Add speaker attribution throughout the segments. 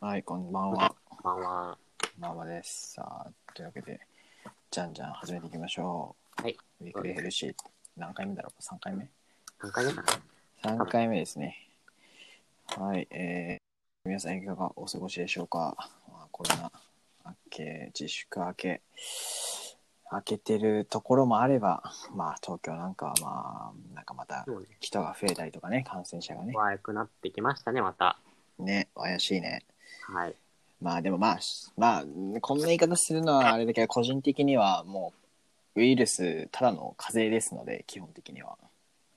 Speaker 1: はい、こんばんは。
Speaker 2: まあま
Speaker 1: ママです。さあ、というわけで、じゃんじゃん始めていきましょう。
Speaker 2: はい。
Speaker 1: ウィークリーヘルシー。何回目だろう ?3 回目
Speaker 2: あ、何回目かな
Speaker 1: ?3 回目ですね。はい、えー、皆さんいかがお過ごしでしょうかまあコロナ明け、自粛明け、明けてるところもあれば、まあ、東京なんかはまあ、なんかまた
Speaker 2: そうね。
Speaker 1: 人が増えたりとかね、感染者がね。
Speaker 2: 怖くなってきましたね、また。
Speaker 1: ね、怪しいね。
Speaker 2: はい。
Speaker 1: まあでもまあ、しまあ、こんな言い方するのはあれだけど、個人的にはもう、ウイルス、ただの風邪ですので、基本的には。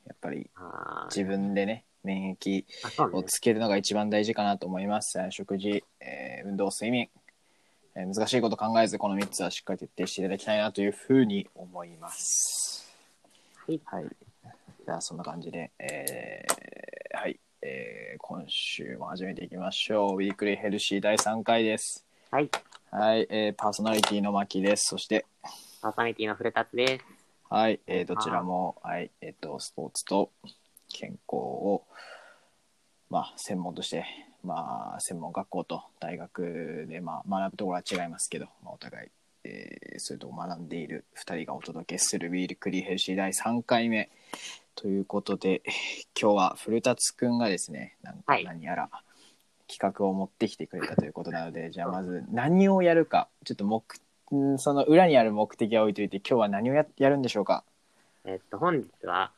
Speaker 1: やっぱり
Speaker 2: あー
Speaker 1: 自分でね、免疫
Speaker 2: あ、そう
Speaker 1: を
Speaker 2: ね。
Speaker 1: つけるのが一番大事かなと思います。食事、えー運動、睡眠、えー難しいこと考えず、この3つはしっかり徹底していただきたいなというふうに思います。
Speaker 2: はい。
Speaker 1: はい。じゃあ、そんな感じで、えーはい、えー今週も始めていきましょう。ウィークリーヘルシー第3回です。
Speaker 2: はい。
Speaker 1: はい、えーパーソナリティの牧です。そして、
Speaker 2: パーソナリティの古達です。
Speaker 1: はい、えーどちらも、はい、えっ、と、スポーツと健康を、まあ、専門として、まあ、専門学校と大学で、まあ、学ぶところは違いますけど、まあ、お互い、えー、それとも学んでいる2人がお届けするビールクリーヘルシー第3回目ということで、今日は古達くんがですね、なん
Speaker 2: はい
Speaker 1: 何やら企画を持ってきてくれたということなので、じゃあまず何をやるか、ちょっと目うんその裏にある目的は置いといて、今日は何をややるんでしょうか
Speaker 2: えっと、本日は、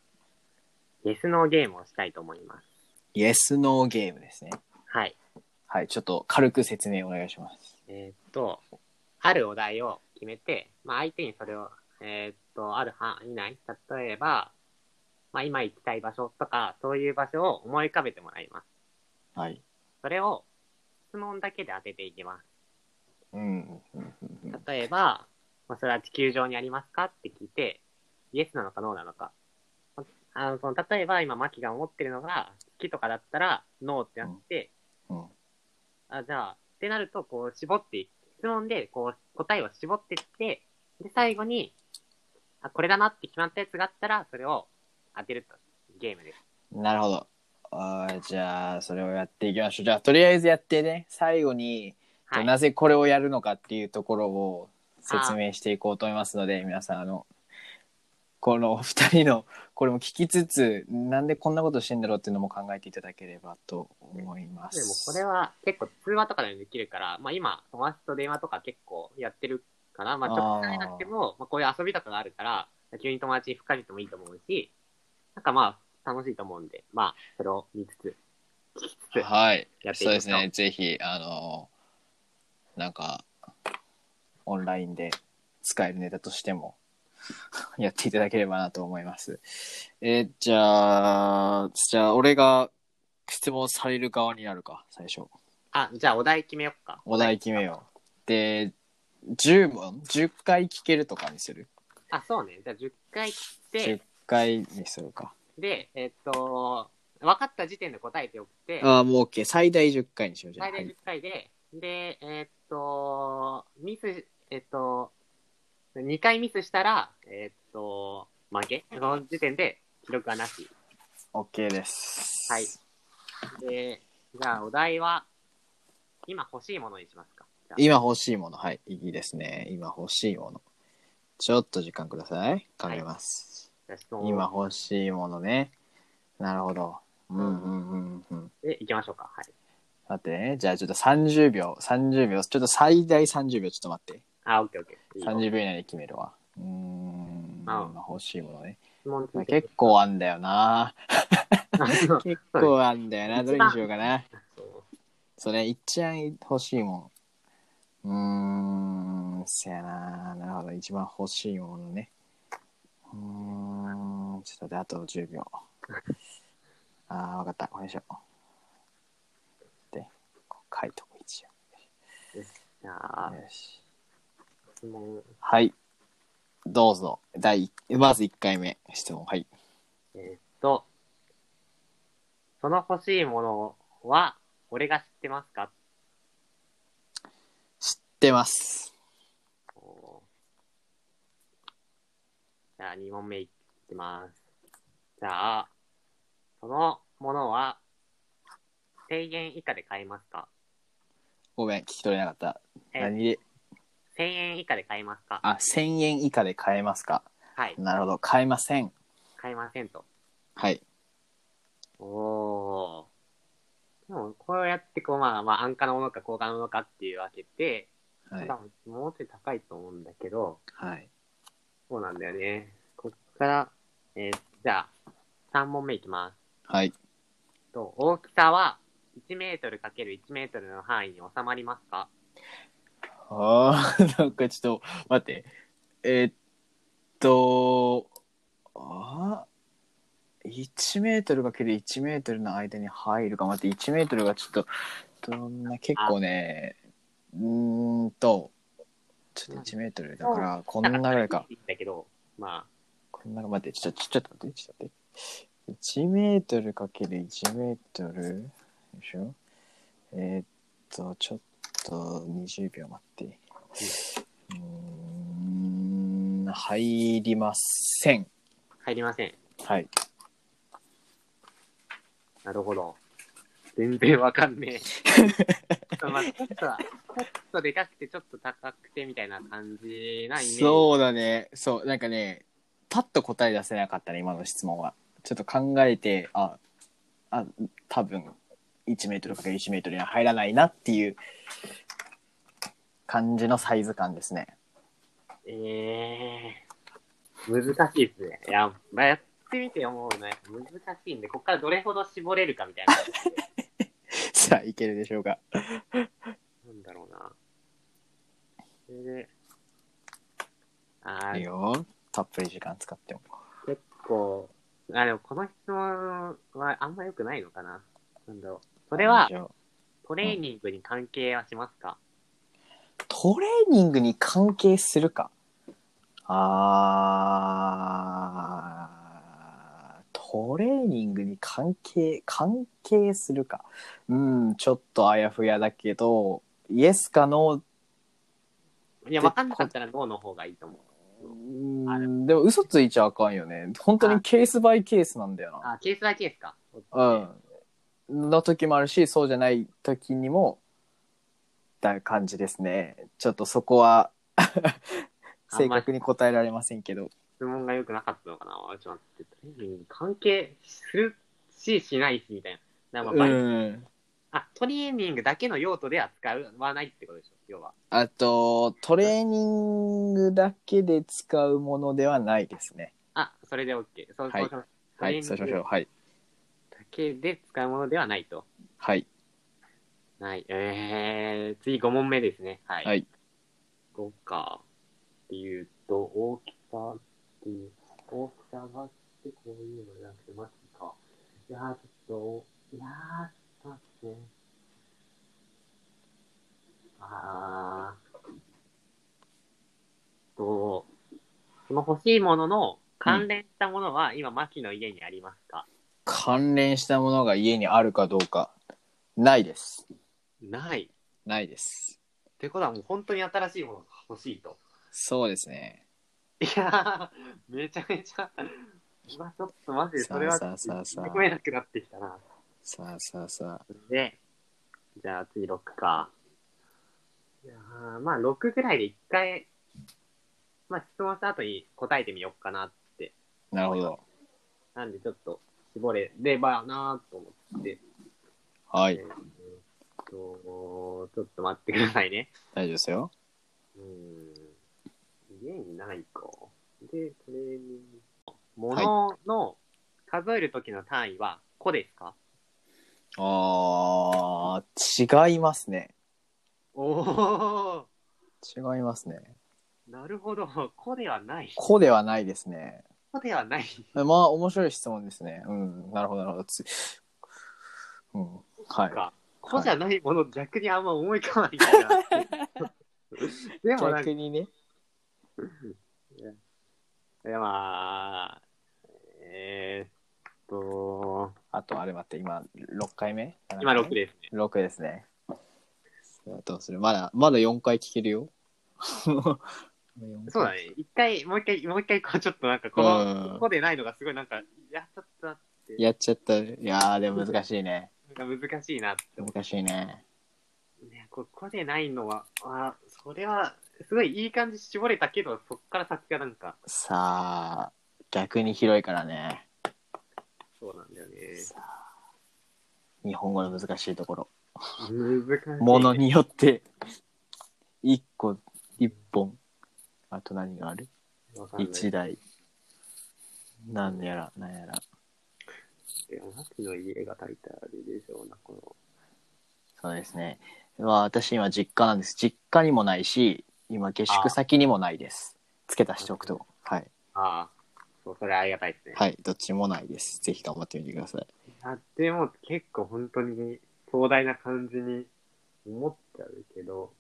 Speaker 2: イエスノーゲームをしたいと思います。
Speaker 1: イエス・ノーゲームですね。
Speaker 2: はい。
Speaker 1: はい、ちょっと軽く説明お願いします。
Speaker 2: えっと、あるお題を決めて、まあ、相手にそれを、えっと、ある範囲内、例えば、まあ、今行きたい場所とか、そういう場所を思い浮かべてもらいます。
Speaker 1: はい。
Speaker 2: それを質問だけで当てていきます。
Speaker 1: うん。うんうんうん
Speaker 2: 例えば、まあ、それは地球上にありますかって聞いて、イエスなのかノーなのか。あのその例えば、今、マキが思ってるのが、月とかだったら、ノーってなって、
Speaker 1: うん
Speaker 2: あじゃあ、ってなると、こう、絞っていく、質問で、こう、答えを絞ってって、で、最後に、あ、これだなって決まったやつがあったら、それを当てると、ゲームです。
Speaker 1: なるほど。あーじゃあ、それをやっていきましょう。じゃあ、とりあえずやってね、最後に、
Speaker 2: はい。
Speaker 1: なぜこれをやるのかっていうところを説明していこうと思いますので、皆さん、あの、このお二人の、これも聞きつつ、なんでこんなことしてんだろうっていうのも考えていただければと思いま。
Speaker 2: ですもこれは結構通話とかでもできるから、まあ今、友達と電話とか結構やってるから、まあ直接会えなくても、まあこういう遊びとかがあるから、急に友達に深めてもいいと思うし、なんかまあ楽しいと思うんで、まあそれを見つつ、聞きつつ
Speaker 1: はい。
Speaker 2: やっていき
Speaker 1: そう
Speaker 2: ま
Speaker 1: で
Speaker 2: し
Speaker 1: す
Speaker 2: ょう。
Speaker 1: ね、ぜひ、あの、なんか、オンラインで使えるネタとしても やっていただければなと思います。えーじゃあ、じゃあ、俺が質問される側になるか、最初。
Speaker 2: あ、じゃあお題決めよっか。
Speaker 1: お題決めよう。で、10問 ?10 回聞けるとかにする
Speaker 2: あ、そうね。じゃあ10回切って
Speaker 1: ?10 回にするか。
Speaker 2: で、えっと、分かった時点で答えておくて、
Speaker 1: ああ、もう OK。最大10回にしようじゃあ。
Speaker 2: 最大
Speaker 1: は
Speaker 2: 10
Speaker 1: い
Speaker 2: 回で、で、えーっと、ミス、えーっと、2回ミスしたら、えーっと、負け。その時点で記録はなし。
Speaker 1: OK です。
Speaker 2: はいで、じゃあお題は、今欲しいものにしますか。じゃ
Speaker 1: 今欲しいもの。はい。いいですね。今欲しいもの。ちょっと時間ください。かけます。
Speaker 2: あ質問を
Speaker 1: 今欲しいものね。なるほど。うんうんうんうん。
Speaker 2: でいきましょうか。はい。
Speaker 1: 待ってね。じゃあちょっと30秒、30秒。ちょっと最大30秒。ちょっと待って。
Speaker 2: あ、オッケーオッケー。いいよ
Speaker 1: 30秒以内で決めるわ。うーん。今欲しいものね。
Speaker 2: 質問
Speaker 1: まあ
Speaker 2: 続けて
Speaker 1: 結構あんだよな。
Speaker 2: あ
Speaker 1: 結構あんだよな。どれにしようかな。
Speaker 2: そう
Speaker 1: それ、一番欲しいもん。うーん、せやな。なるほど。一番欲しいものね。うーん、ちょっと待って、あと10秒。 あー、わかった。これにしよう。で、こう書いとこ一
Speaker 2: じゃ
Speaker 1: 応。
Speaker 2: あ、
Speaker 1: よし。
Speaker 2: 質問、
Speaker 1: はい。どうぞ。第一、まず1回目、質問。はい。
Speaker 2: えーっと、その欲しいものは、俺が知ってますか
Speaker 1: 知ってます。
Speaker 2: おーじゃあ、2問目いきます。じゃあ、そのものは、1000円以下で買えますか
Speaker 1: ごめん、聞き取れなかった。
Speaker 2: え
Speaker 1: 何で、
Speaker 2: 1000円以下で買えますか
Speaker 1: あ、1000円以下で買えますか。
Speaker 2: はい。
Speaker 1: なるほど、買えません。
Speaker 2: 買えませんと。
Speaker 1: はい。
Speaker 2: おー。でも、こうやって、こう、まあ、まあ、安価なものか高価なものかっていうわけで、
Speaker 1: はい
Speaker 2: 多。分もうちょい高いと思うんだけど、
Speaker 1: はい。
Speaker 2: そうなんだよね。こっから、えーじゃあ、3問目いきます。
Speaker 1: はい。
Speaker 2: と大きさは1メートル ×1 メートルの範囲に収まりますか
Speaker 1: ああ、 なんかちょっと、待って。えーっと、あ1メートルかける1メートルの間に入るか。待って、1メートルがちょっと、どんな、結構ね、うーんと、ちょっと1メートルだから、こんなぐらいか。
Speaker 2: いいんだけど、ま
Speaker 1: こんな、待って、ちょっと、ちょっと待って、ちょっと待って。1メートルかける1メートルでしょえーっと、ちょっと20秒待って。うーん、入りません。
Speaker 2: あ、入りません。
Speaker 1: はい。
Speaker 2: なるほど。全然わかんねえ。ちょっとまあちょっと、ちょっとでかくて、ちょっと高くてみたいな感じなイメージ。
Speaker 1: そうだね。そう、なんかね、パッと答え出せなかったね、今の質問は。ちょっと考えて、あ、あ、多分、1メートルかける1メートルには入らないなっていう感じのサイズ感ですね。
Speaker 2: えー、難しいですね。いや、まあ、やってみて思うのはやっぱ難しいんで、ここからどれほど絞れるかみたいな。
Speaker 1: さあ、いけるでしょうか。
Speaker 2: なんだろうな。それで、あ
Speaker 1: いい
Speaker 2: ー、
Speaker 1: よ。たっぷり時間使っても。
Speaker 2: 結構、あ、でもこの質問はあんま良くないのかな。なんだろう。それは
Speaker 1: 大、丈夫
Speaker 2: トレーニングに関係はしますか、
Speaker 1: トレーニングに関係するか。あー、トレーニングに関係、関係するか。うん、ちょっとあやふやだけど、イエスかノ
Speaker 2: いや、わかんなかったら脳の方がいいと思う。
Speaker 1: ー、うん、でも嘘ついちゃあかんよね。本当にケースバイケースなんだよ
Speaker 2: あ、ケースバイケースか。
Speaker 1: な。うん。の時もあるし、そうじゃない時にも、だ感じですね。ちょっとそこは 正確に答えられませんけど。
Speaker 2: 質問が良くなかったのかなちょっと待って、トレーニングに関係するし、しないし、みたいな。なんかまあ
Speaker 1: うん。
Speaker 2: あ、トレーニングだけの用途では使わないってことでしょ、要は。
Speaker 1: あと、トレーニングだけで使うものではないですね。
Speaker 2: あ、それで OK。そう、
Speaker 1: はい
Speaker 2: そうします
Speaker 1: は
Speaker 2: トレーニン
Speaker 1: い、
Speaker 2: グ
Speaker 1: そうしましょう。はい。
Speaker 2: だけで使うものではないと。
Speaker 1: はい。
Speaker 2: はい。えー、次5問目ですね。はい。
Speaker 1: はい
Speaker 2: 5か。っていうと、大きさっていう、大きさがってこういうのじゃなくて、マジか。いやー、ちょっと、いやー、待って。あー。と、その欲しいものの関連したものは、今、マキの家にありますか
Speaker 1: 関連したものが家にあるかどうか、ないです。
Speaker 2: ない。
Speaker 1: ないです。
Speaker 2: ってことはもう本当に新しいものが欲しいと。
Speaker 1: そうですね。
Speaker 2: いやー、めちゃめちゃ、まあちょっとマジでそれは
Speaker 1: さあさあさあ
Speaker 2: 聞こえなくなってきたな。
Speaker 1: さあさあさ
Speaker 2: で、じゃあ次6か。いやーまあ6ぐらいで一回、まあ質問した後に答えてみようかなって。
Speaker 1: あ。なるほど。
Speaker 2: なんでちょっと絞れればなーと思って。
Speaker 1: はい
Speaker 2: え。ーっとちょっと待ってくださいね。
Speaker 1: 大丈夫ですよ。
Speaker 2: うーん家にないか。で、トレーニング。ものの数える時の単位は個ですか、
Speaker 1: あー、違いますね。
Speaker 2: おお
Speaker 1: 違いますね。
Speaker 2: ーなるほど。個ではない。
Speaker 1: 子ではないですね。
Speaker 2: 個ではない。
Speaker 1: まあ、面白い質問ですね。うん。なるほど、なるほど。つうん。はい。
Speaker 2: か。個じゃないもの、逆にあんま思い浮かばないから。でもなんか、
Speaker 1: 逆
Speaker 2: い
Speaker 1: にね。
Speaker 2: やまあ、えー、っと、
Speaker 1: あとあれ待って、今6回目
Speaker 2: 今6。ですね。
Speaker 1: 7回目6ですね。さあどうするまだ、まだ4回聞ける よ。
Speaker 2: そうだね。一回、もう一回、もう一回、こうちょっとなんか、この、
Speaker 1: うん
Speaker 2: 個でないのがすごいなんか、いや、ちょっとな
Speaker 1: やっちゃった。いやー、でも難しいね。
Speaker 2: んか難しいなって思って
Speaker 1: 難しいね。
Speaker 2: ね、ここでないのは、あそれは、すごいいい感じ絞れたけど、そっから先がなんか、
Speaker 1: さあ、逆に広いからね。
Speaker 2: そうなんだよね。
Speaker 1: さあ日本語の難しいところ。
Speaker 2: 難しい。
Speaker 1: ものによって、一個、一本、あと何がある
Speaker 2: わかんない
Speaker 1: 一台。なんやら、なんやら。
Speaker 2: でも、牧の家が大体あれでしょうな、この。
Speaker 1: そうですね。まあ私今実家なんです。実家にもないし、今下宿先にもないです。付け足しておくと。はい。
Speaker 2: ああ、そう、それありがたいですね。
Speaker 1: はい。どっちもないです。ぜひ頑張ってみてください。
Speaker 2: あでも結構本当に壮大な感じに思っちゃうけど、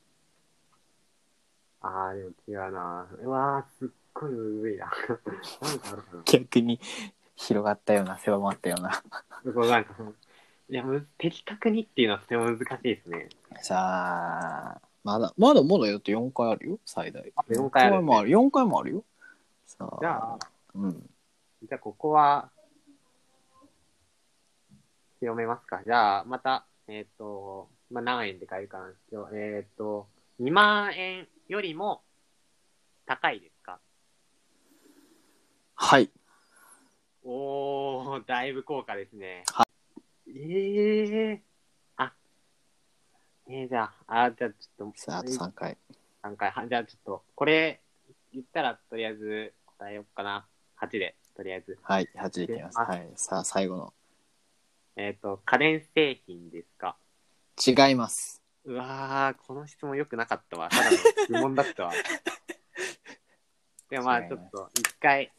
Speaker 2: ああ、でも違うな。うわー、すっごいむずいな。 なんかあるかな。
Speaker 1: 逆に広がったような、狭まったような。
Speaker 2: そうなんかその、いや、む的確にっていうのはとても難しいですね。
Speaker 1: さあ、まだ、まだまだよって4回あるよ、最大。
Speaker 2: あ四回ある
Speaker 1: 4回もある。4回もあるよ。さあ、
Speaker 2: じゃあ、
Speaker 1: うん。
Speaker 2: じゃあここは、強めますか。じゃあ、また、えっ、と、まあ、何円で買えるかなんですけど、えっ、と、2万円よりも高いですか
Speaker 1: はい。
Speaker 2: おー、だいぶ高価ですね。
Speaker 1: は
Speaker 2: ええあ、えー、じゃあ、あ、じゃあちょっと、
Speaker 1: さあ、あと3回。
Speaker 2: 3回。 はじゃあちょっと、これ言ったら、とりあえず答えようかな。8で、とりあえず。
Speaker 1: はい、8いきます。はい。さあ、最後の。
Speaker 2: えっ、と、家電製品ですか
Speaker 1: 違います。
Speaker 2: うわー、この質問良くなかったわ。ただの質問だったわ。でもまあ、
Speaker 1: 違い
Speaker 2: ちょ
Speaker 1: ます
Speaker 2: っと、一回、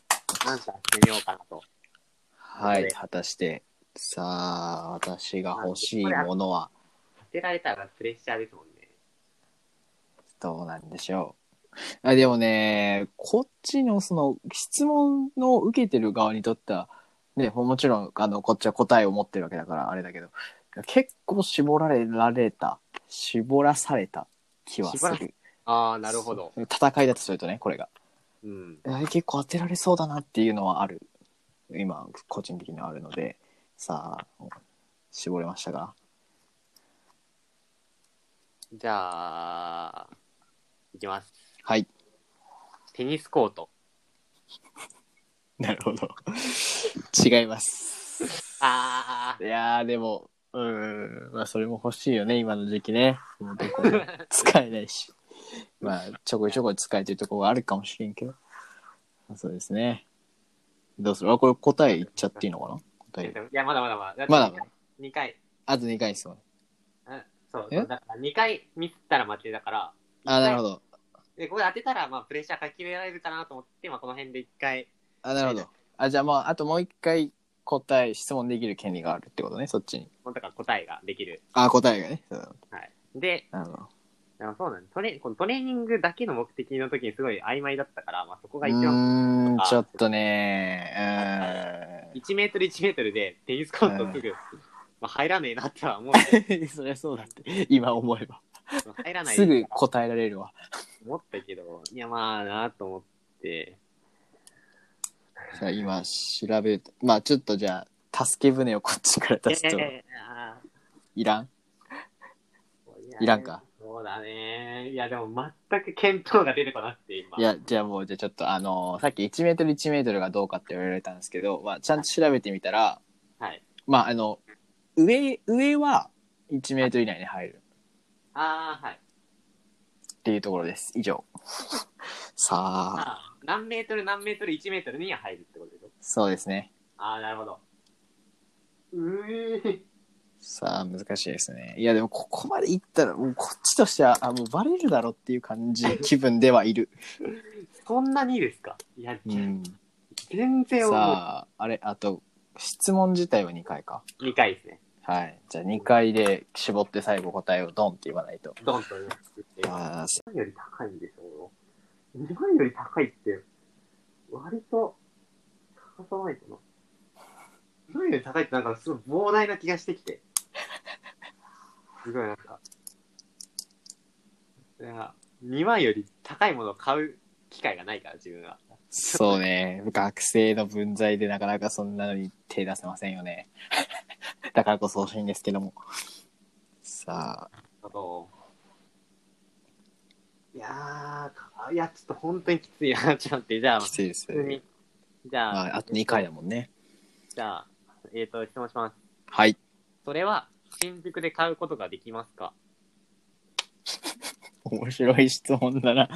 Speaker 2: アンサーしてみようかなと。
Speaker 1: はい、
Speaker 2: これ
Speaker 1: 果たして、さあ、私が欲しいものは
Speaker 2: 当てられたらプレッシャーですもんね。
Speaker 1: どうなんでしょう。あでもね、こっちのその質問を受けてる側にとっては、ね、もちろんあのこっちは答えを持ってるわけだからあれだけど、結構絞られられた、絞らされた気はす
Speaker 2: 絞ら
Speaker 1: る。
Speaker 2: あー、なるほど。
Speaker 1: そう。戦いだとするとね、これが。
Speaker 2: うん。
Speaker 1: えー結構当てられそうだなっていうのはある今個人的にはあるのでさあ絞れましたか
Speaker 2: じゃあ、いきます。
Speaker 1: はい
Speaker 2: テニスコート。
Speaker 1: なるほど 違います
Speaker 2: あ
Speaker 1: いやーでもうーんまあそれも欲しいよね今の時期ねもうどこも使えないしまあちょこちょこ使えてるとこがあるかもしれんけどそうですねどうするあこれ答え言っちゃっていいのかな
Speaker 2: あ。
Speaker 1: 答え
Speaker 2: いや、まだまだまだ。
Speaker 1: まだ
Speaker 2: 2回。
Speaker 1: あと2回ですもん
Speaker 2: うんそう。
Speaker 1: え
Speaker 2: だから2回ミスったら負けだから。
Speaker 1: あなるほど
Speaker 2: で、ここで当てたら、まあ、プレッシャーかけられるかなと思って、まあ、この辺で1回。
Speaker 1: あ、なるほど。あ、じゃあまあ、あともう一回答え、質問できる権利があるってことね、そっちに。
Speaker 2: なんとか答えができる。
Speaker 1: あ、答えがね。そう
Speaker 2: はい。で、
Speaker 1: なるほど。
Speaker 2: あそうなんですトレこのトレーニングだけの目的の時にすごい曖昧だったから、まあ、そこ
Speaker 1: う
Speaker 2: が一番、
Speaker 1: ーん、
Speaker 2: あ
Speaker 1: ちょっとね、
Speaker 2: 1メートル1メートルでテニスコートすぐ、まあ、入らねえなっては思う
Speaker 1: うーん。そりゃそうだって、今思えば。
Speaker 2: けど入らない
Speaker 1: すぐ答えられるわ。
Speaker 2: 思ったけど、いや、まあなと思って、
Speaker 1: じゃあ今、調べると。まあ、ちょっとじゃあ、助け舟をこっちから出すと、
Speaker 2: えーあ
Speaker 1: いらん
Speaker 2: ーいや
Speaker 1: いらんか。
Speaker 2: そうだね。いや、でも全く見当が出てこなくて、今。
Speaker 1: いや、じゃあもう、じゃあちょっと、あのーさっき1メートル1メートルがどうかって言われたんですけど、まあ、ちゃんと調べてみたら、
Speaker 2: はい。
Speaker 1: まあ、あの、上、上は1メートル以内に入る。
Speaker 2: ああ、はい。
Speaker 1: っていうところです。以上。 さあ、
Speaker 2: ああ、何メートル何メートル1メートルには入るってことでしょ。
Speaker 1: そうですね。
Speaker 2: ああ、なるほど。うえ
Speaker 1: さあ、難しいですね。いや、でもここまで行ったら、もうこっちとしては、あ、もうバレるだろっていう感じ、気分ではいる。
Speaker 2: そんなにですかいや、
Speaker 1: うん。
Speaker 2: 全然思
Speaker 1: さあ、あれ、あと、質問自体は2回か。
Speaker 2: う。2回ですね。
Speaker 1: はい。じゃあ2回で絞って最後答えをドンって言わないと。
Speaker 2: ドンと言います。
Speaker 1: あー
Speaker 2: 日本より高いんでしょう日本より高いって、割と、高さないかな。日本より高いってなんかすごい膨大な気がしてきて。すごいなんか。いや、2万より高いものを買う機会がないから、自分は。
Speaker 1: そうね。学生の分際でなかなかそんなのに手出せませんよね。 だからこそ欲しいんですけども。さあ、
Speaker 2: あと、やー、いや、ちょっと本当にきついな、ち ょっと待って、じゃあ、
Speaker 1: きついです
Speaker 2: 普通
Speaker 1: ね
Speaker 2: に。。じゃあ、
Speaker 1: まあ、あと2回だもんね。
Speaker 2: じゃあ、えっ、と、質問します。
Speaker 1: はい。
Speaker 2: それは、新宿で買うことができますか
Speaker 1: 面白い質問だな。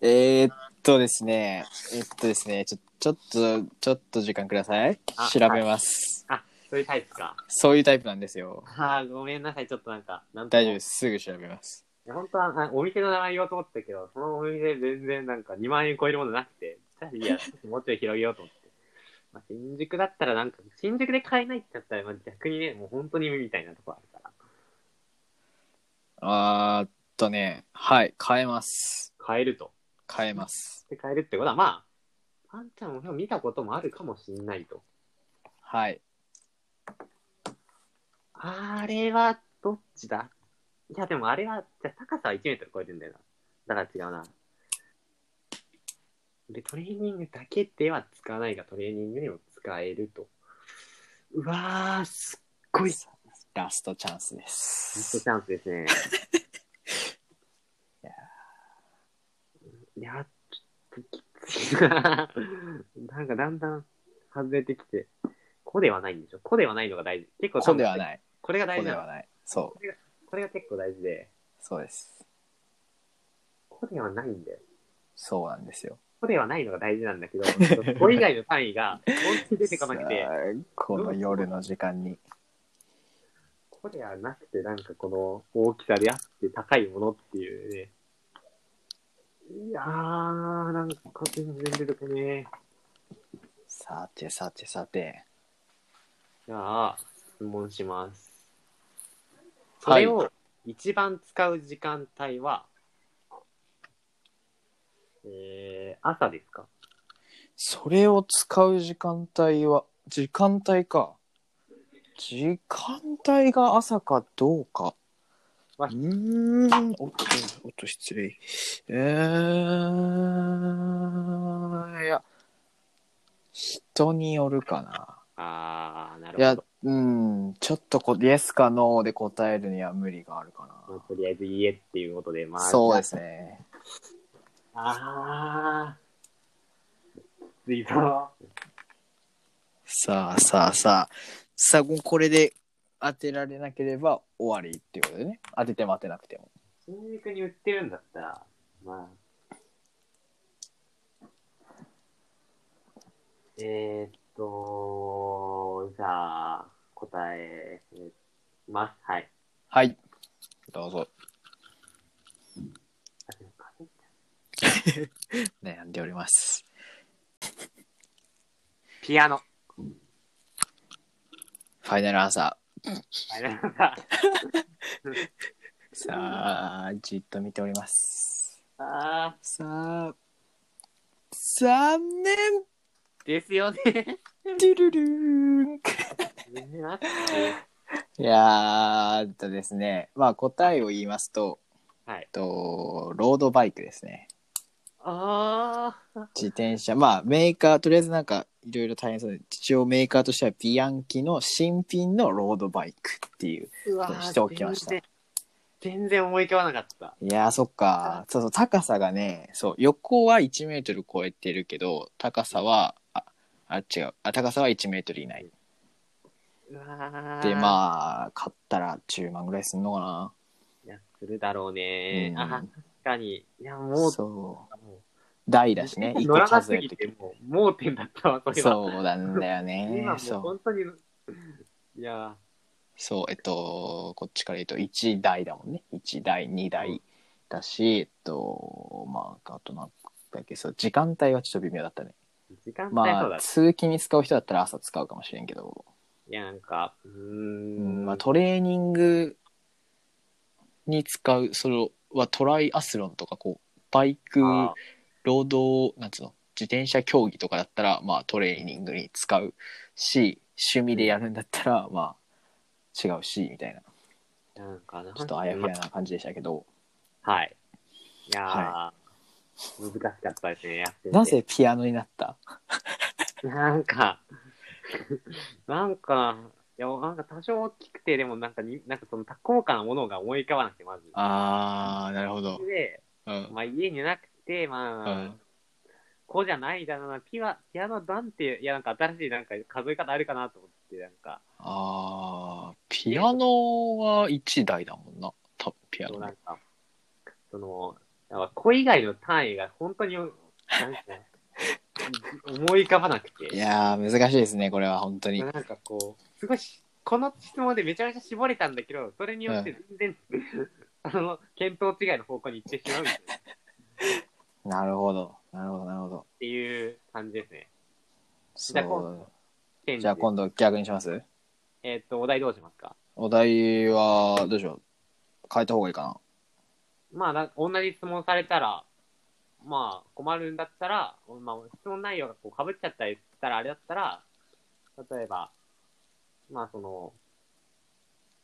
Speaker 1: えーっとですね、えっとですね、ちょ、ちょっと、ちょっと時間ください
Speaker 2: あ。
Speaker 1: 調べます、
Speaker 2: あ、そういうタイプか。
Speaker 1: そういうタイプなんですよ。
Speaker 2: あーごめんなさい、ちょっとなんか、なんとも
Speaker 1: 大丈夫です。すぐ調べます。
Speaker 2: いや本当は、あお店の名前言おうと思ったけど、そのお店全然なんか2万円超えるものなくて、ただいや、ちょっともうちょい広げようと思って。 まあ、新宿だったらなんか、新宿で買えないってなったら、まあ、逆にね、もう本当にみたいなとこあるから、
Speaker 1: あーっとね、はい、変えます。
Speaker 2: 買えると。
Speaker 1: 変えます。
Speaker 2: で、買えるってことは、まあ、ワンちゃんを見たこともあるかもしんないと。
Speaker 1: はい。
Speaker 2: あれは、どっちだいや、でもあれは、じゃあ高さは1メートル超えてんだよな。だから違うな。で、トレーニングだけでは使わないが、トレーニングにも使えると。うわー、すっごい、チ
Speaker 1: ラストチャンスで
Speaker 2: ャ
Speaker 1: す。
Speaker 2: ンスです ね。
Speaker 1: いや
Speaker 2: いや、ちょっときついな。なんかだんだん外れてきて、こではないんでしょ。こではないのが大事。結構多
Speaker 1: こ
Speaker 2: 分
Speaker 1: ではない。
Speaker 2: これが大
Speaker 1: こ
Speaker 2: 事
Speaker 1: で
Speaker 2: な
Speaker 1: は
Speaker 2: の。
Speaker 1: ない。そう。
Speaker 2: これが結構大事で、
Speaker 1: そうです。
Speaker 2: こではないんだよ。
Speaker 1: そうなんですよ。
Speaker 2: ここではないのが大事なんだけど、 これ以外の単位が本当に出てこなくて
Speaker 1: さ、あこの夜の時間に。
Speaker 2: これはなくて、なんかこの大きさであって高いものっていうね。いやー、なんか全然出てこねえ。
Speaker 1: さてさてさて。
Speaker 2: じゃあ、質問します。そ
Speaker 1: はい
Speaker 2: れを一番使う時間帯は、えー、朝ですか
Speaker 1: それを使う時間帯は、時間帯か。時間帯が朝かどうか。う
Speaker 2: わ
Speaker 1: ーん、おっと、おっと、失礼。えー、いや、人によるかな。
Speaker 2: あー、なる
Speaker 1: い
Speaker 2: ほ
Speaker 1: や
Speaker 2: ど。、
Speaker 1: うん、ちょっとこ、イエスかノーで答えるには無理があるか
Speaker 2: まあとりあえず家っていうことで、ま
Speaker 1: な。
Speaker 2: あ、
Speaker 1: そうですね。
Speaker 2: ああ。ついぞ。
Speaker 1: さあさあさあさあもうこれで当てられなければ終わりっていうことでね当てても当てなくても
Speaker 2: 新宿に売ってるんだったら、まあ。えー、っと、じゃあ、答えます。はい。
Speaker 1: はいどうぞ
Speaker 2: あでもか
Speaker 1: 悩んでおります
Speaker 2: ピアノ。
Speaker 1: ファイナルアンサ
Speaker 2: あれなんか
Speaker 1: ーさあじっと見ております
Speaker 2: あ
Speaker 1: さあ残念
Speaker 2: ーですよね。
Speaker 1: ドゥルルーンいやーえっとですねまあ答えを言いますと
Speaker 2: はい
Speaker 1: えっ。とロードバイクですね
Speaker 2: ああ。
Speaker 1: 自転車まあメーカーとりあえずなんかいろいろ大変そうで一応メーカーとしてはビアンキの新品のロードバイクっていう
Speaker 2: うわ
Speaker 1: ことにしておきました
Speaker 2: 全然全然思い浮かばなかった。
Speaker 1: いやーそっかそうそう高さがねそう横は1メートル超えてるけど高さはああ違うあ高さは1メートル以内
Speaker 2: うわー
Speaker 1: でまあ買ったら10万ぐらいすんのかない
Speaker 2: や、するだろうね。
Speaker 1: うん
Speaker 2: あ、確かに。いや、もう、
Speaker 1: そう
Speaker 2: も
Speaker 1: 台だしね一
Speaker 2: 乗
Speaker 1: 個
Speaker 2: らな
Speaker 1: 数
Speaker 2: す
Speaker 1: え
Speaker 2: ぎ
Speaker 1: ると
Speaker 2: て、
Speaker 1: き
Speaker 2: もう、盲点だったわ、それは。
Speaker 1: そうなんだよね
Speaker 2: 今もう
Speaker 1: そう
Speaker 2: 本当に、 いや、
Speaker 1: そう、えっと、こっちから言うと、1台だもんね。1台、2
Speaker 2: うん
Speaker 1: 台だし、えっと、まあ、あとなんだっけ、そう、時間帯はちょっと微妙だったね。
Speaker 2: 時間帯そう
Speaker 1: ま
Speaker 2: だ。
Speaker 1: あ、通勤に使う人だったら朝使うかもしれんけど、
Speaker 2: いや、なんか、うー、
Speaker 1: うんん、まあ、トレーニングに使う、それはトライアスロンとか、こう、バイク、
Speaker 2: あ
Speaker 1: ロード、なんつうの、自転車競技とかだったら、まあ、トレーニングに使うし、趣味でやるんだったら、まあ、違うし、みたいな。
Speaker 2: なんかな、
Speaker 1: ちょっとあやふやな感じでしたけど、
Speaker 2: はい。いやー、
Speaker 1: は
Speaker 2: 難しかったですね、やってみて
Speaker 1: なぜピアノになった
Speaker 2: なんか、 なんか、いや、なんか多少大きくて、でもなんかに、なんかその多効果なものが思い浮かばなくて、まず。
Speaker 1: あー、なるほど。
Speaker 2: で、
Speaker 1: うん。
Speaker 2: まあ家になくて、ま
Speaker 1: う
Speaker 2: あ、
Speaker 1: ん。
Speaker 2: こうじゃないだろうな、ピアピアノ団って、いやなんか新しいなんか数え方あるかなと思って、なんか、
Speaker 1: あーピアノは1台だもんな。たピア
Speaker 2: そう
Speaker 1: ノ
Speaker 2: な
Speaker 1: ね
Speaker 2: ん。か、その、なんか子以外の単位が本当に、なんか、思い浮かばなく
Speaker 1: い
Speaker 2: て、
Speaker 1: やー、難しいですね、これは、本当に。
Speaker 2: なんかこう、すごいし、この質問でめちゃめちゃ絞れたんだけど、それによって全然、 あの、見当違いの方向に行ってしまうみたいなっ
Speaker 1: なるほど。なるほど、なるほど。
Speaker 2: ていう感じですね。
Speaker 1: そ
Speaker 2: じゃあ今
Speaker 1: う。じゃあ今度逆にします
Speaker 2: えーっと、お題どうしますか
Speaker 1: お題は、どうしよう。変えた方がいいかな。
Speaker 2: まあな、同じ質問されたら、まあ、困るんだったら、まあ、質問内容がこう被っちゃったりしたら、あれだったら、例えば、まあ、その、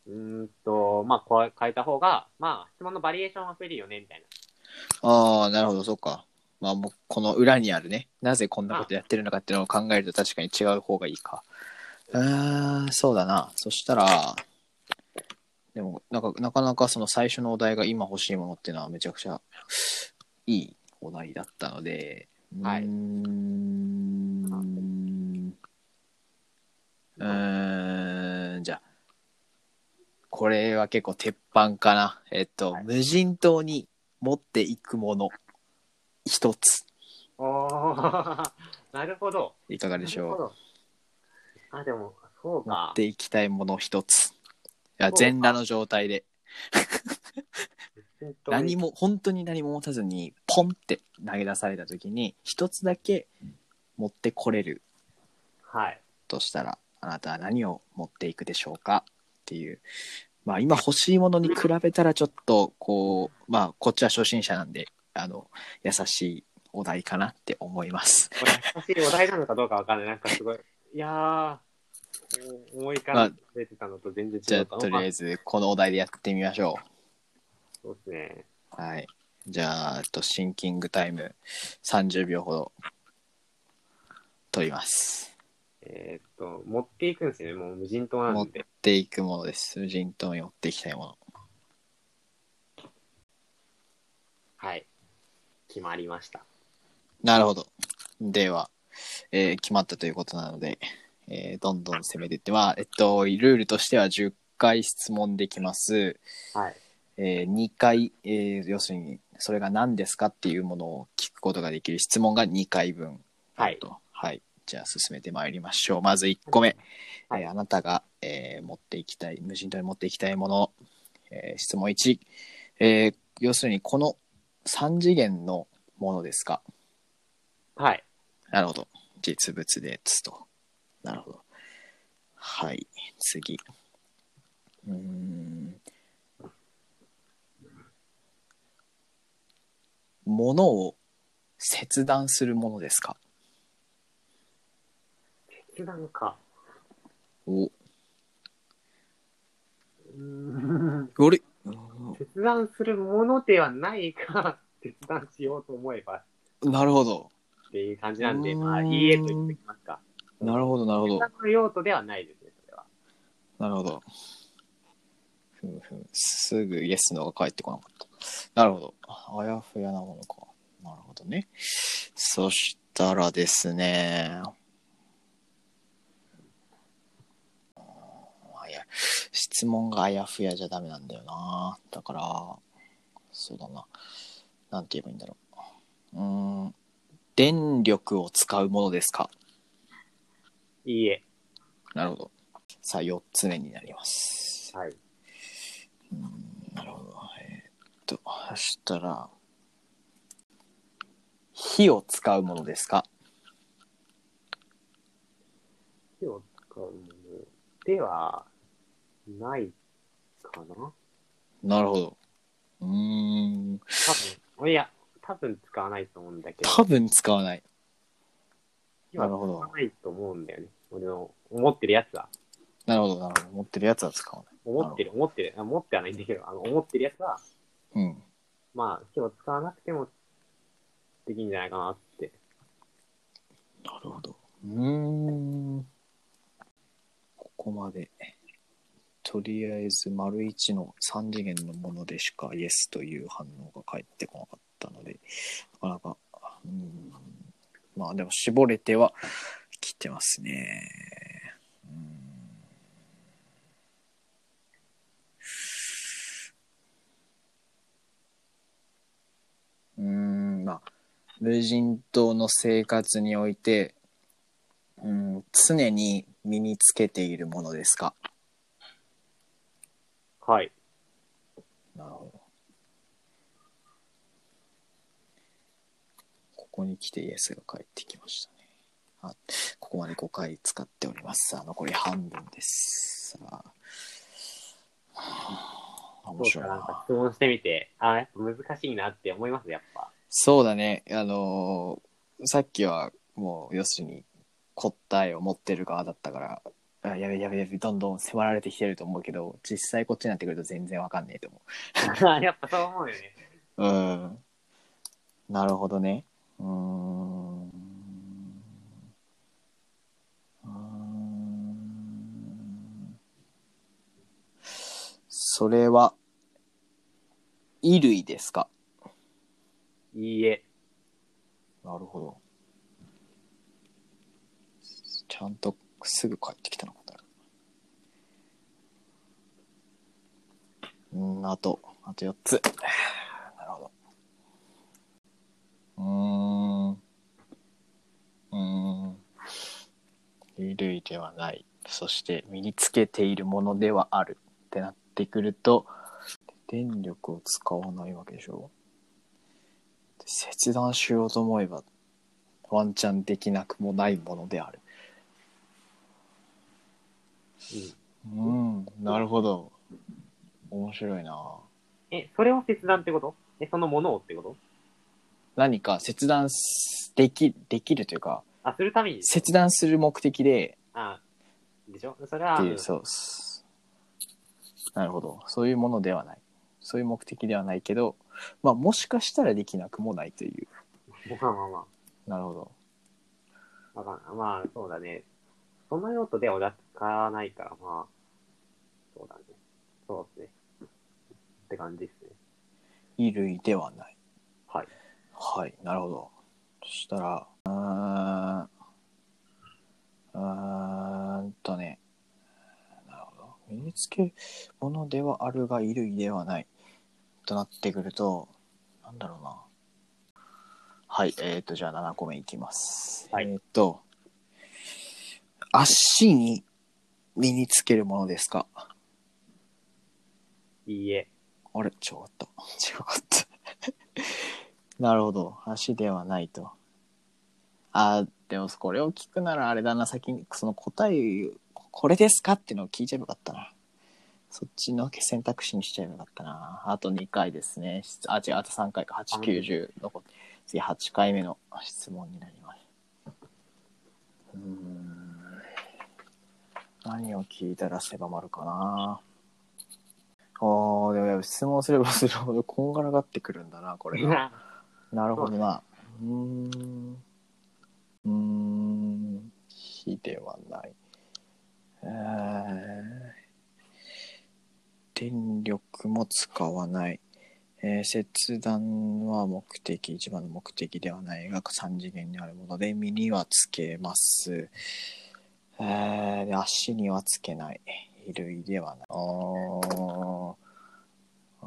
Speaker 2: うーんと、まあ、こう変えた方が、まあ、質問のバリエーションが増えるよね、みたい
Speaker 1: ああ、なるほど、そっか。まあ、もうこの裏にあるね、なぜこんなことやってるのかっていうのを考えると確かに違う方がいいか。うーん、そうだな。そしたら、でも、なんか、なかなかその最初のお題が今欲しいものっていうのはめちゃくちゃいいお題だったので、
Speaker 2: はいう
Speaker 1: ーん。うーん、じゃあ、これは結構鉄板かな。えっと、
Speaker 2: はい
Speaker 1: 無人島に持っていくもの一つ
Speaker 2: な。おー、 なるほど。
Speaker 1: いかが
Speaker 2: な
Speaker 1: でし
Speaker 2: るほ
Speaker 1: ょ
Speaker 2: ど。あ、でも、そう
Speaker 1: う持
Speaker 2: か
Speaker 1: っ。ていきたいもの一ついや
Speaker 2: そうか
Speaker 1: 全裸の状態で
Speaker 2: 本当に
Speaker 1: 何も本当に何も持たずにポンって投げ出された時に一つだけ持ってこれる
Speaker 2: はい。
Speaker 1: としたらあなたは何を持っていくでしょうかっていうまあ今欲しいものに比べたらちょっとこうまあこっちは初心者なんであの優しいお題かなって思います
Speaker 2: これ、優しいお題なのかどうかわかんない。なんかすごい。いやー、思い浮かんでてたのと全然
Speaker 1: じゃ
Speaker 2: 違
Speaker 1: あ
Speaker 2: うか
Speaker 1: とりあえずこのお題でやってみましょう
Speaker 2: そうですね。
Speaker 1: はい。じゃあ、えっと、シンキングタイム30秒ほど取ります。
Speaker 2: えーっと、持っていくんですよね。もう無人島な
Speaker 1: 持っ
Speaker 2: んで。
Speaker 1: ていくものです。無人島に持っていきたいもの。
Speaker 2: はい。決まりました。
Speaker 1: なるほど。では、えー決まったということなので、えーどんどん攻めていって、まあ、えっと、ルールとしては10回質問できます。
Speaker 2: はい。
Speaker 1: え2回、えー要するに、それが何ですかっていうものを聞くことができる質問が2回分あると。はい。じゃあ、進めてまいりましょう。まず1個目。
Speaker 2: はい
Speaker 1: えーあなたが、えー持っていきたい、無人島に持っていきたいもの。えー質問1。えー要するに、この3次元のものですか
Speaker 2: はい。
Speaker 1: なるほど。実物ですと。なるほど。はい。次。うーん。ものを切断するものですか
Speaker 2: 決断か。
Speaker 1: お、
Speaker 2: うーん。
Speaker 1: あれ
Speaker 2: 決断するものではないが、決断しようと思えば
Speaker 1: なるほど。
Speaker 2: っていう感じなんで、
Speaker 1: うーん
Speaker 2: まあ、いいえと言っておきますか。
Speaker 1: なるほど、なるほ
Speaker 2: 決
Speaker 1: ど。
Speaker 2: 断の用途ではないですね、それは。
Speaker 1: なるほど。ふむふむ。すぐイエスのが返ってこなかった。なるほど。あやふやなものか。なるほどね。そしたらですね。あいや、質問があやふやじゃダメなんだよな。だから、そうだな。なんて言えばいいんだろう。うーん。電力を使うものですか
Speaker 2: いいえ。
Speaker 1: なるほど。さあ、4つ目になります。
Speaker 2: はい。
Speaker 1: なるほど。えーっと、そしたら、火を使うものですか
Speaker 2: 手を使うものではないかな多
Speaker 1: なるほど。うーん、
Speaker 2: 分。いや、多分使わないと思うんだけど。
Speaker 1: 多分使わない。
Speaker 2: 今
Speaker 1: なるほど
Speaker 2: 使わないと思うんだよね。俺の思ってるやつは。
Speaker 1: なるほど、なるほど。持ってるやつは使わ
Speaker 2: 思ってる、思ってる、あ持ってはないんだけど、あの思ってるやつは、
Speaker 1: ない。うん。
Speaker 2: まあ、火を使わなくてもできるんじゃないかなって。
Speaker 1: なるほど。うーん。ここまで。とりあえず、丸一の3次元のものでしかイエスという反応が返ってこなかっったので、なかなか、うん、まあでも絞れてはきてますね。うんうーんまあ無人島の生活において、うん、常に身につけているものですか
Speaker 2: はい。
Speaker 1: なるほどここに来てイエスが帰ってきましたねあここまで5回使っておりますさあ残り半分ですさあ
Speaker 2: どう
Speaker 1: 面
Speaker 2: です
Speaker 1: 白
Speaker 2: か
Speaker 1: い
Speaker 2: なん
Speaker 1: な
Speaker 2: か質問してみて、あーやっぱ難しいなって思います、やっぱ。
Speaker 1: そうだね。あのーさっきはもう、要するに答えを持ってる側だったから、あやべやべやべ、どんどん迫られてきてると思うけど、実際こっちになってくると全然わかんねえと思
Speaker 2: やっぱそう思うよね。
Speaker 1: う。うん。なるほどね。うーん。うーんそれは、衣類ですか
Speaker 2: いいえ。
Speaker 1: なるほど。ちゃんとすぐ帰ってきたのかな。うん、あと、あと4つ。なるほど。うーん。うーん。衣類ではない。そして身につけているものではある。ってなってくると、電力を使わないわけでしょ切断しようと思えばワンチャンできなくもないものであるうんなるほど面白いな
Speaker 2: え、それを切断ってことえ、そのものをってこと
Speaker 1: 何か切断すできできるというか
Speaker 2: あ、するために。
Speaker 1: 切断する目的で
Speaker 2: あ、でしょそれは。
Speaker 1: っていううんそうすなるほどそういうものではないそういう目的ではないけどまあもしかしたらできなくもないという
Speaker 2: まあまあま
Speaker 1: なるほど
Speaker 2: あ。わかんない。まあ、そうだね。その用途で俺は使わないから、まあ。そうだね。そうですね。って感じですね。
Speaker 1: 衣類ではない
Speaker 2: はい。
Speaker 1: はい、なるほど。そしたら、うーん、うーんとね、なるほど。身につけるものではあるが、衣類ではない。となってくると、なんだろうな。はい、えっ、ー、と、じゃあ7個目いきます。
Speaker 2: はい
Speaker 1: えっ、と、足に身につけるものですか
Speaker 2: いいえ。
Speaker 1: あれ違かった。違かった。 なるほど。足ではないと。あー、でもこれを聞くならあれだな。先に、その答え、これですかってのを聞いちゃえばよかったな。そっちの選択肢にしちゃえばよかったな。あと2回ですね。質あ、違う、あと3回か。8、90残って。次、8回目の質問になります。うーん。何を聞いたら狭まるかな。ああ、でもやっぱ質問すればするほどこんがらがってくるんだな、これが。なるほどな。うーん。うーん。火ではない。えー、電力も使わない。えー切断は目的、一番の目的ではないが、三次元にあるもので、身にはつけます。えーで足にはつけない。衣類ではない。あーあ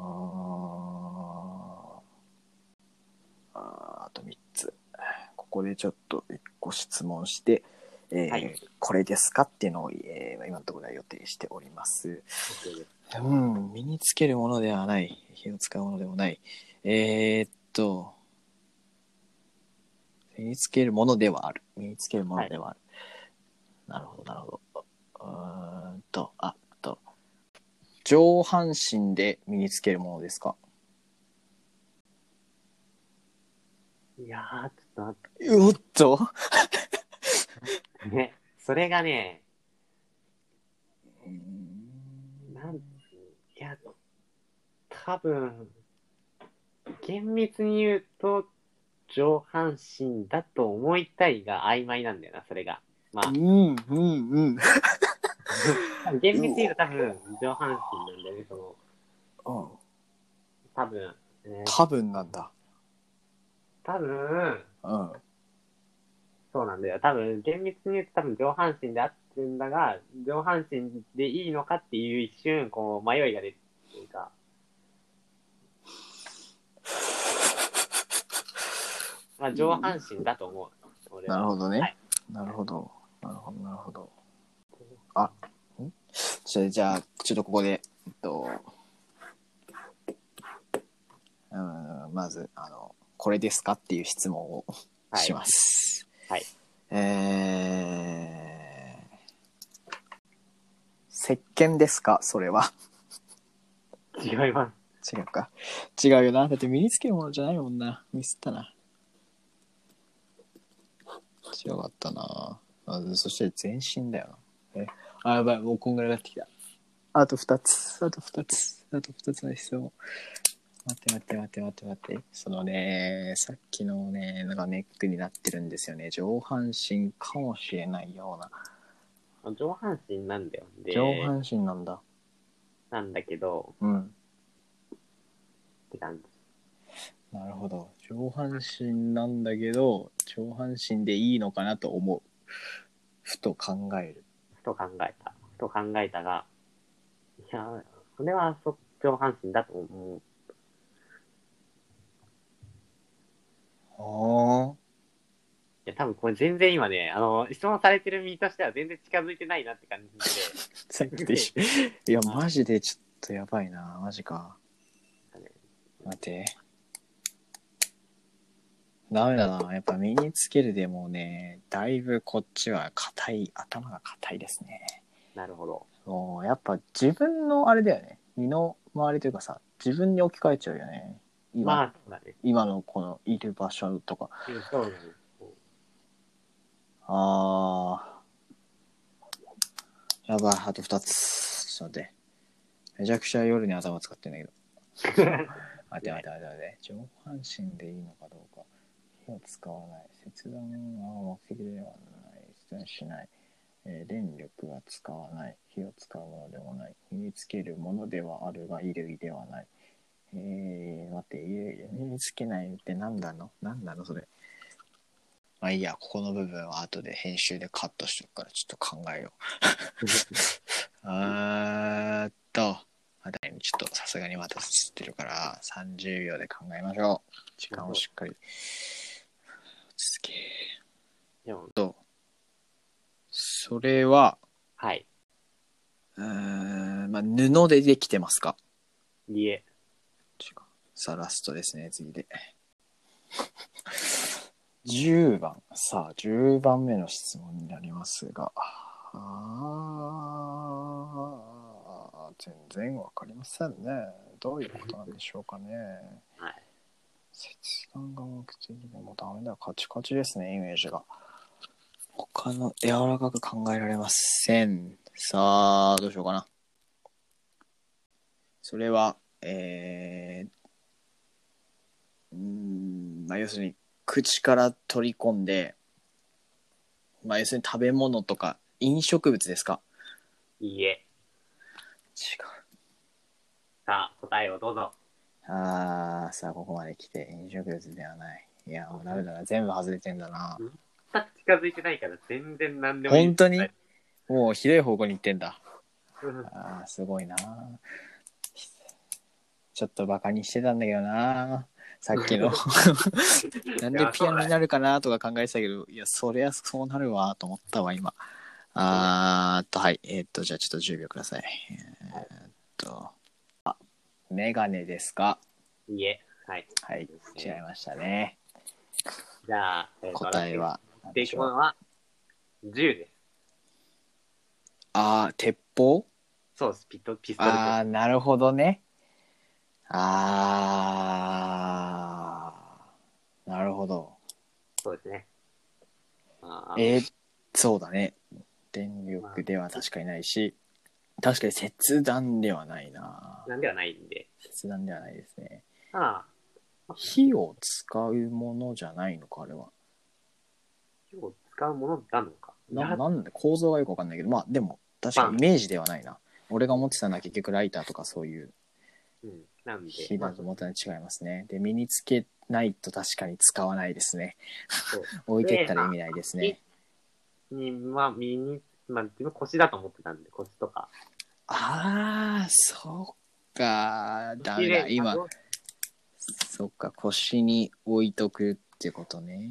Speaker 1: ー。あーあと3つ。ここでちょっと1個質問して、えー
Speaker 2: はい
Speaker 1: これですかっていうのを、えー今のところは予定しております。
Speaker 2: OK です
Speaker 1: うん、身につけるものではない。火を使うものでもない。えーっと、身につけるものではある。身につけるものではある。なるほど、なるほど。うーんと、ああと、上半身で身につけるものですか
Speaker 2: いやー、ちょっと待
Speaker 1: おっと
Speaker 2: ってね。それがね、
Speaker 1: うーん
Speaker 2: なん、いや、多分、厳密に言うと、上半身だと思いたいが曖昧なんだよな、それが。まあ、
Speaker 1: うん、うん、うん。
Speaker 2: 厳密に言うと多分、上半身なんだよね、その、
Speaker 1: うん
Speaker 2: 多分、えー
Speaker 1: 多分なんだ。
Speaker 2: 多分、
Speaker 1: うん。
Speaker 2: そうなんだよ。多分、厳密に言うと多分上半身で合ってるんだが、上半身でいいのかっていう一瞬、こう、迷いが出るっていうか。まあ、上半身だと思う。俺
Speaker 1: なる
Speaker 2: は
Speaker 1: ほどね。
Speaker 2: はい
Speaker 1: なるほど。なるほど、なるほど。あ、んそれじゃあ、ちょっとここで、えっと、うん、まず、あの、これですかっていう質問を
Speaker 2: はい
Speaker 1: します。
Speaker 2: はい。
Speaker 1: えー、石鹸ですかそれは。
Speaker 2: 違いま
Speaker 1: 違うか。違うよな。だって身につけるものじゃないもんな。ミスったな。違かったな。あそして全身だよな。え、あ、やばい。もうこんぐらいになってきた。あと2つ。あと2つ。あと2つの質問。待って待って待って待って待って。そのね、さっきのね、なんかネックになってるんですよね。上半身かもしれないような。
Speaker 2: す。上半身なんだよ。で、
Speaker 1: 上半身なんだ。
Speaker 2: なんだけど、
Speaker 1: うん。
Speaker 2: って感じ。
Speaker 1: なるほど。上半身なんだけど、上半身でいいのかなと思う。ふと考える。
Speaker 2: ふと考えた。ふと考えたが、いや、それはそ上半身だと思う。
Speaker 1: あ
Speaker 2: いや、多分これ全然今ね、あの、質問されてる身としては全然近づいてないなって感じで。
Speaker 1: さっきと一緒。いや、マジでちょっとやばいな。マジか。待って。ダメだな。やっぱ身につけるでもね、だいぶこっちは硬い、頭が硬いですね。
Speaker 2: なるほど。
Speaker 1: もう、やっぱ自分のあれだよね。身の周りというかさ、自分に置き換えちゃうよね。今、
Speaker 2: まあ、そうだね。
Speaker 1: 今のこのいる場所とか。
Speaker 2: うんそうだね。
Speaker 1: あー。やばい、あと2つ。ちょっと待って。めちゃくちゃ夜に頭使ってんだけど。待って待って待って待って。上半身でいいのかどうか。火を使わない。切断は目的ではない。切断しない。えー電力は使わない。火を使うものでもない。身につけるものではあるが、衣類ではない。えー、待って、衣類身につけないって何なの何なのそれ。まあいいや、ここの部分は後で編集でカットしとくから、ちょっと考えよう。あーっと、まだちょっとさすがにまた映ってるから、30秒で考えましょう。時間をしっかり。すげえ。
Speaker 2: でも、
Speaker 1: と、それは、
Speaker 2: はい。
Speaker 1: うーん、まあ、布でできてますか
Speaker 2: いいえ。
Speaker 1: 違うさあ、ラストですね、次で。10番、さあ、10番目の質問になりますが、あー、全然わかりませんね。どういうことなんでしょうかね。
Speaker 2: はい
Speaker 1: 切断が目的でもうダメだ、カチカチですね、イメージが。他の柔らかく考えられません。さあ、どうしようかな。それは、えー、うーん、まあ、要するに、口から取り込んで、まあ、要するに食べ物とか、飲食物ですか
Speaker 2: いいえ。
Speaker 1: 違
Speaker 2: さあ、答えをどうぞ。
Speaker 1: う。あー、さあ、ここまで来て、飲食物ではない。いや、もうダメだな。全部外れてんだな。
Speaker 2: 全く近づいてないから全然何でもいい。
Speaker 1: 本当に
Speaker 2: はい
Speaker 1: もう、ひどい方向に行ってんだ。
Speaker 2: うん
Speaker 1: あー、すごいな。ちょっとバカにしてたんだけどな。さっきの。なんでピアノになるかなとか考えてたけど、いや、そりゃそうなるわと思ったわ、今。あーっと、はい。えーっと、じゃあちょっと10秒ください。えーっと、あ、メガネですか
Speaker 2: いいえ。はい。
Speaker 1: はい。違いましたね。
Speaker 2: じゃあ、えーと
Speaker 1: 答え。は。
Speaker 2: 私
Speaker 1: 何
Speaker 2: が言って
Speaker 1: で
Speaker 2: い
Speaker 1: し
Speaker 2: く
Speaker 1: ょ
Speaker 2: も
Speaker 1: う
Speaker 2: のは、銃です。
Speaker 1: あー、鉄砲
Speaker 2: そうです。ピット、ピストルです。
Speaker 1: あー、なるほどね。あー、なるほど。
Speaker 2: そうですね。まあ、
Speaker 1: えーそうだね。電力では確かにないし、確かに切断ではないな。
Speaker 2: なんではないんで。
Speaker 1: 切断ではないですね。
Speaker 2: ただ、
Speaker 1: 火を使うものじゃないのか、あれは。
Speaker 2: 火を使うものなのか。
Speaker 1: ななんで構造がよくわかんないけど、まあでも、確かにイメージではないな。俺が持ってたのは結局ライターとかそういう
Speaker 2: うんなんで、
Speaker 1: 肥
Speaker 2: ま
Speaker 1: 料
Speaker 2: あ
Speaker 1: とまた違いますね。で、身につけないと確かに使わないですね。
Speaker 2: そう
Speaker 1: 置いてったら意味ないですね。
Speaker 2: に、まあ、身に、まあ、自分腰だと思ってたんで、腰とか。
Speaker 1: ああ、そっか。ダメだ。
Speaker 2: で
Speaker 1: 今
Speaker 2: あ、の
Speaker 1: そっか。腰に置いとくってことね。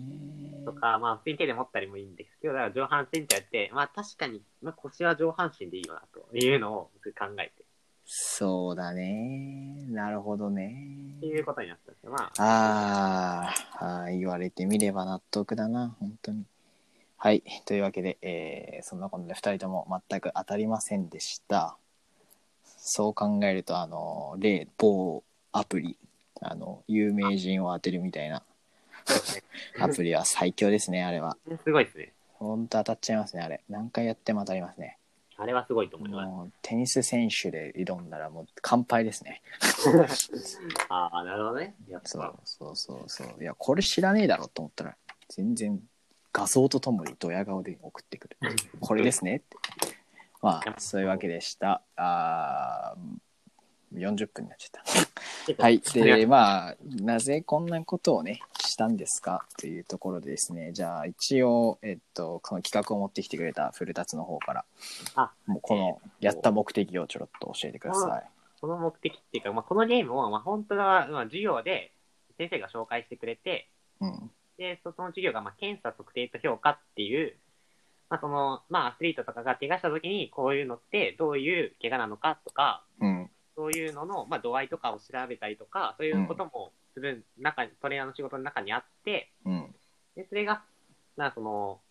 Speaker 2: とか、まあ、普通に手で持ったりもいいんですけど、だから上半身ってやって、まあ、確かに、まあ、腰は上半身でいいよな、というのを僕考えて、
Speaker 1: そうだね。なるほどね
Speaker 2: って。いうことになったんですよ。まあ、
Speaker 1: あーあー、言われてみれば納得だな、本当に。はい。というわけで、えーそんなことで2人とも全く当たりませんでした。そう考えると、あの、例、某アプリ、あの、有名人を当てるみたいな
Speaker 2: そうですね。
Speaker 1: アプリは最強ですね、あれは。
Speaker 2: すごいですね。
Speaker 1: 本当当たっちゃいますね、あれ。何回やっても当たりますね。
Speaker 2: あれはすごいと思います。
Speaker 1: もう、テニス選手で挑んだらもう完敗ですね。
Speaker 2: ああ、なるほどね。やっ
Speaker 1: そ
Speaker 2: ぱ
Speaker 1: う。そうそうそういやこれ知らねえだろと思ったら全然画像とともにドヤ顔で送ってくるこれですねってまあそういうわけでしたあー40分になっちゃった はいでまあなぜこんなことをねしたんですかというところでですねじゃあ一応えっとこの企画を持ってきてくれた古達の方から
Speaker 2: あ
Speaker 1: もうこのやった目的をちょろっと教えてください
Speaker 2: この目的っていうか、まあ、このゲームを、まあ、本当は、まあ、授業で先生が紹介してくれて、
Speaker 1: うん
Speaker 2: で、そその授業が、まあ、検査測定と評価っていう、まあ、その、まあ、アスリートとかが怪我した時に、こういうのってどういう怪我なのかとか、
Speaker 1: うん
Speaker 2: そういうのの、まあ、度合いとかを調べたりとか、そういうことも、する中に、トレーナーの仕事の中にあって、
Speaker 1: うん
Speaker 2: で、それが、まあ、その、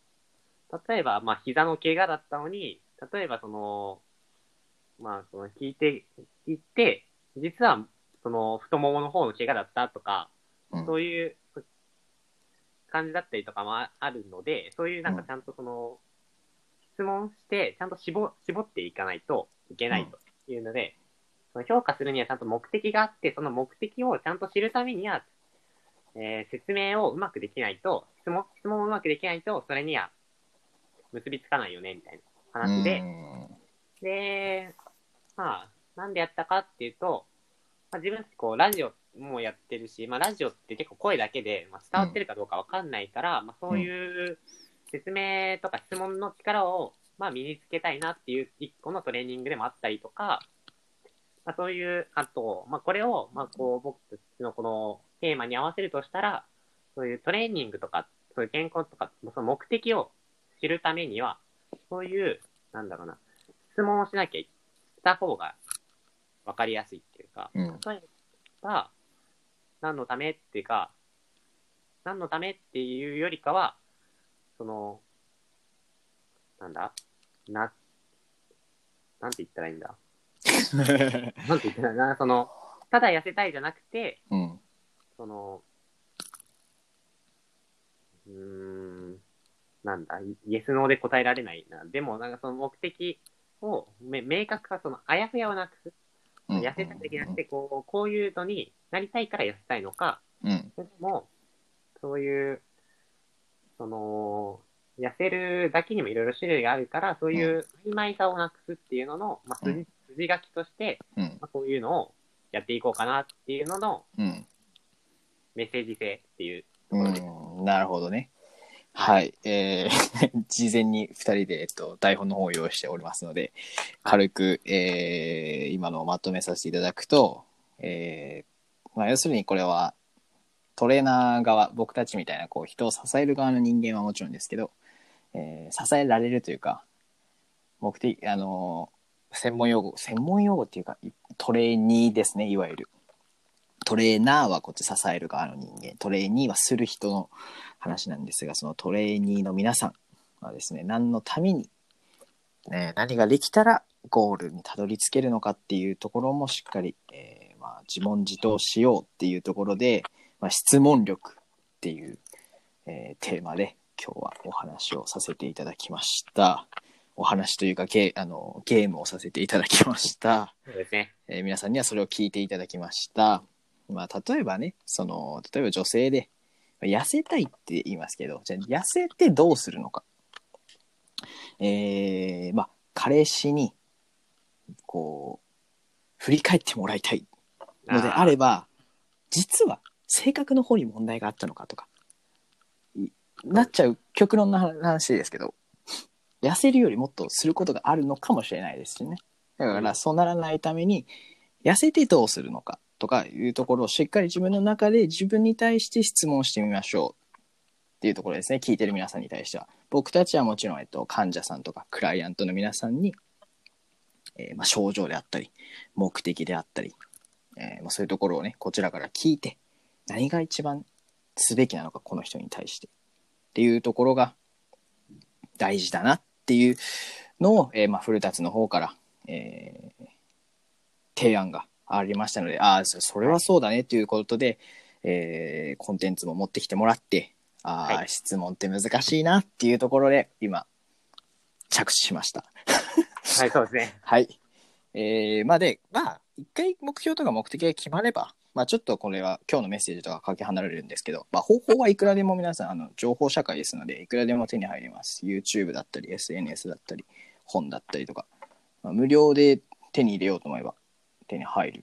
Speaker 2: 例えば、まあ、膝の怪我だったのに、例えば、その、まあ、その、聞いて、聞いて、実は、その、太ももの方の怪我だったとか、
Speaker 1: うん
Speaker 2: そういう感じだったりとかもああるので、そういうなんかちゃんとその、質問して、ちゃんと絞絞っていかないといけないというので、その評価するにはちゃんと目的があって、その目的をちゃんと知るためには、えー説明をうまくできないと、質問質問をうまくできないと、それには結びつかないよね、みたいな話で、
Speaker 1: うん
Speaker 2: で、まあ、なんでやったかっていうと、まあ、自分たちこう、ラジオもやってるし、まあ、ラジオって結構声だけで、まあ、伝わってるかどうかわかんないから、まあ、そういう説明とか質問の力を、まあ、身につけたいなっていう一個のトレーニングでもあったりとか、まあ、そういう、あと、まあ、これを、まあ、こう、僕たちのこのテーマに合わせるとしたら、そういうトレーニングとか、そういう健康とか、その目的を知るためには、そういう、なんだろうな、質問をしなきゃ、した方が分かりやすいっていうか、
Speaker 1: うん
Speaker 2: 例えば、何のためっていうか、何のためっていうよりかは、その、なんだな、なんて言ったらいいんだなんて言ったらいいんだその、ただ痩せたいじゃなくて、
Speaker 1: うん
Speaker 2: その、うーん、なんだ、イイエスノーで答えられないな。でも、なんかその目的をめ明確化、そのあやふやをなくす。
Speaker 1: うん
Speaker 2: 痩せたいだけじゃなくて、こう、こういうのになりたいから痩せたいのか、
Speaker 1: うん
Speaker 2: でも、そういう、その、痩せるだけにもいろいろ種類があるから、そういう曖昧さをなくすっていうのの、まあ、
Speaker 1: う
Speaker 2: 筋
Speaker 1: ん
Speaker 2: 筋書きとして、
Speaker 1: うん
Speaker 2: まあ、こういうのをやっていこうかなっていうのの
Speaker 1: うん
Speaker 2: メッセージ性っていう
Speaker 1: うん、なるほどね。はい。えー 事前に2人で、えっと、台本の方を用意しておりますので、軽く、えー今のをまとめさせていただくと、えーまあ、要するにこれはトレーナー側、僕たちみたいなこう人を支える側の人間はもちろんですけど、えー支えられるというか、目的、あのー専門用語、専門用語っていうか、いトレーニーですね、いわゆる。トレーナーはこっち支える側の人間、トレーニーはする人の話なんですが、そのトレーニーの皆さんはですね、何のために、ね、何ができたらゴールにたどり着けるのかっていうところもしっかり、えーまあ、自問自答しようっていうところで、まあ、質問力っていう、えーテーマで今日はお話をさせていただきました。お話というかゲーあのゲームをさせていただきました。
Speaker 2: そうですね。
Speaker 1: えー皆さんにはそれを聞いていただきました。まあ、例えばね、その、例えば女性で、痩せたいって言いますけど、じゃあ痩せてどうするのか。えーまあ、彼氏に、こう、振り返ってもらいたいっのであれば、実は性格の方に問題があったのかとか、いなっちゃう極論の話ですけど、痩せるよりもっとすることがあるのかもしれないですしね。だか
Speaker 2: うん
Speaker 1: らそうならないために、痩せてどうするのかとかいうところをしっかり自分の中で自分に対して質問してみましょうっていうところですね。聞いてる皆さんに対しては。僕たちはもちろん、えっと、患者さんとかクライアントの皆さんに、えーまあ、症状であったり、目的であったり、えーまあ、そういうところをね、こちらから聞いて、何が一番すべきなのか、この人に対して。っていうところが大事だなっていうのを、えーまあ、古達の方から、えー提案がありましたので、ああ、そそれはそうだねということで、えーコンテンツも持ってきてもらって、ああ、
Speaker 2: はい
Speaker 1: 質問って難しいなっていうところで、今、着手しました。
Speaker 2: はい、そうですね。
Speaker 1: はい。えーまあで、まあ、一回目標とか目的が決まれば、まあちょっとこれは今日のメッセージとかかけ離れるんですけど、まあ方法はいくらでも皆さん、あの、情報社会ですので、いくらでも手に入ります。YouTube だったり、SNS だったり、本だったりとか、まあ無料で手に入れようと思えば手に入る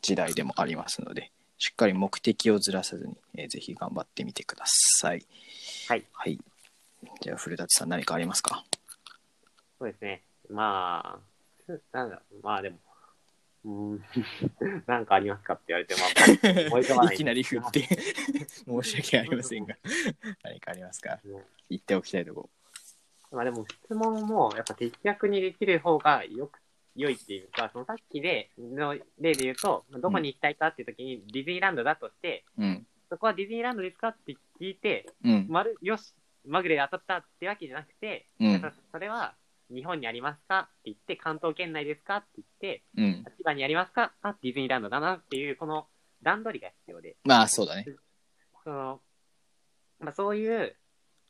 Speaker 1: 時代でもありますので、しっかり目的をずらさずに、えーぜひ頑張ってみてください。
Speaker 2: はい。
Speaker 1: はい。じゃあ、古舘さん何かありますか
Speaker 2: そうですね。まあ、すなんだ、まあでも、うーん、 なんかありますかって言われて、まあ、思い浮かばない
Speaker 1: いきなり振って 申し訳ありませんが何かありますか
Speaker 2: うん
Speaker 1: 言っておきたいとこ
Speaker 2: まあでも質問もやっぱ的確にできる方がよく良いっていうか、そのさっきでの例で言うと、まあどこに行きたいかっていう時にディズニーランドだとして、
Speaker 1: うん
Speaker 2: そこはディズニーランドですかって聞いて、
Speaker 1: うん
Speaker 2: まるよし、まぐれで当たったってわけじゃなくて、
Speaker 1: う
Speaker 2: そ
Speaker 1: ん
Speaker 2: それは日本にありますかって言って、関東圏内ですかって言って、
Speaker 1: うん
Speaker 2: 千葉にありますかあ、ディズニーランドだなっていう、この段取りが必要で、
Speaker 1: まあそうだね
Speaker 2: その、まあそういう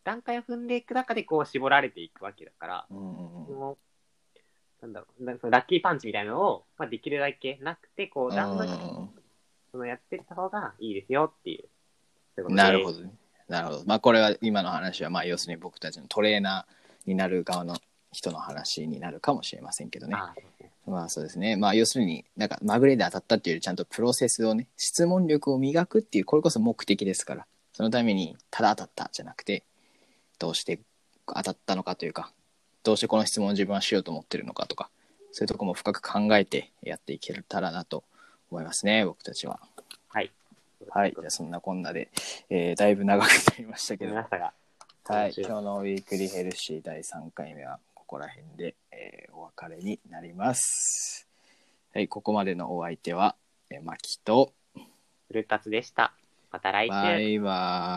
Speaker 2: 段階を踏んでいく中でこう絞られていくわけだから、
Speaker 1: うんうん
Speaker 2: そ
Speaker 1: うん
Speaker 2: のなんだろう、なそのラッキーパンチみたいなのを、まあ、できるだけなくて、こう、だんだんそのやっていった方がいいですよっていう。そういうことで
Speaker 1: なるほ。どねなるほどまあこれは今の話はまあ要するに僕たちのトレーナーになる側の人の話になるかもしれませんけどね
Speaker 2: ああそうですね
Speaker 1: まあそうですね。まあ要するに、なんかまぐれで当たったっていうよりちゃんとプロセスをね、質問力を磨くっていう、これこそ目的ですから、そのためにただ当たったじゃなくて、どうして当たったのかというか、どうしてこの質問を自分はしようと思ってるのかとか、そういうとこも深く考えてやっていけたらなと思いますね、僕たちは。
Speaker 2: はい。
Speaker 1: はい。じゃあそんなこんなで、えーだいぶ長くなりましたけど。
Speaker 2: 皆さんが。
Speaker 1: はい、
Speaker 2: 今週
Speaker 1: 今日のウィークリーヘルシー第3回目はここら辺で、えーお別れになります。はい、ここまでのお相手は、えー、マキと、
Speaker 2: フルタツでした。また来週。
Speaker 1: バイバイ。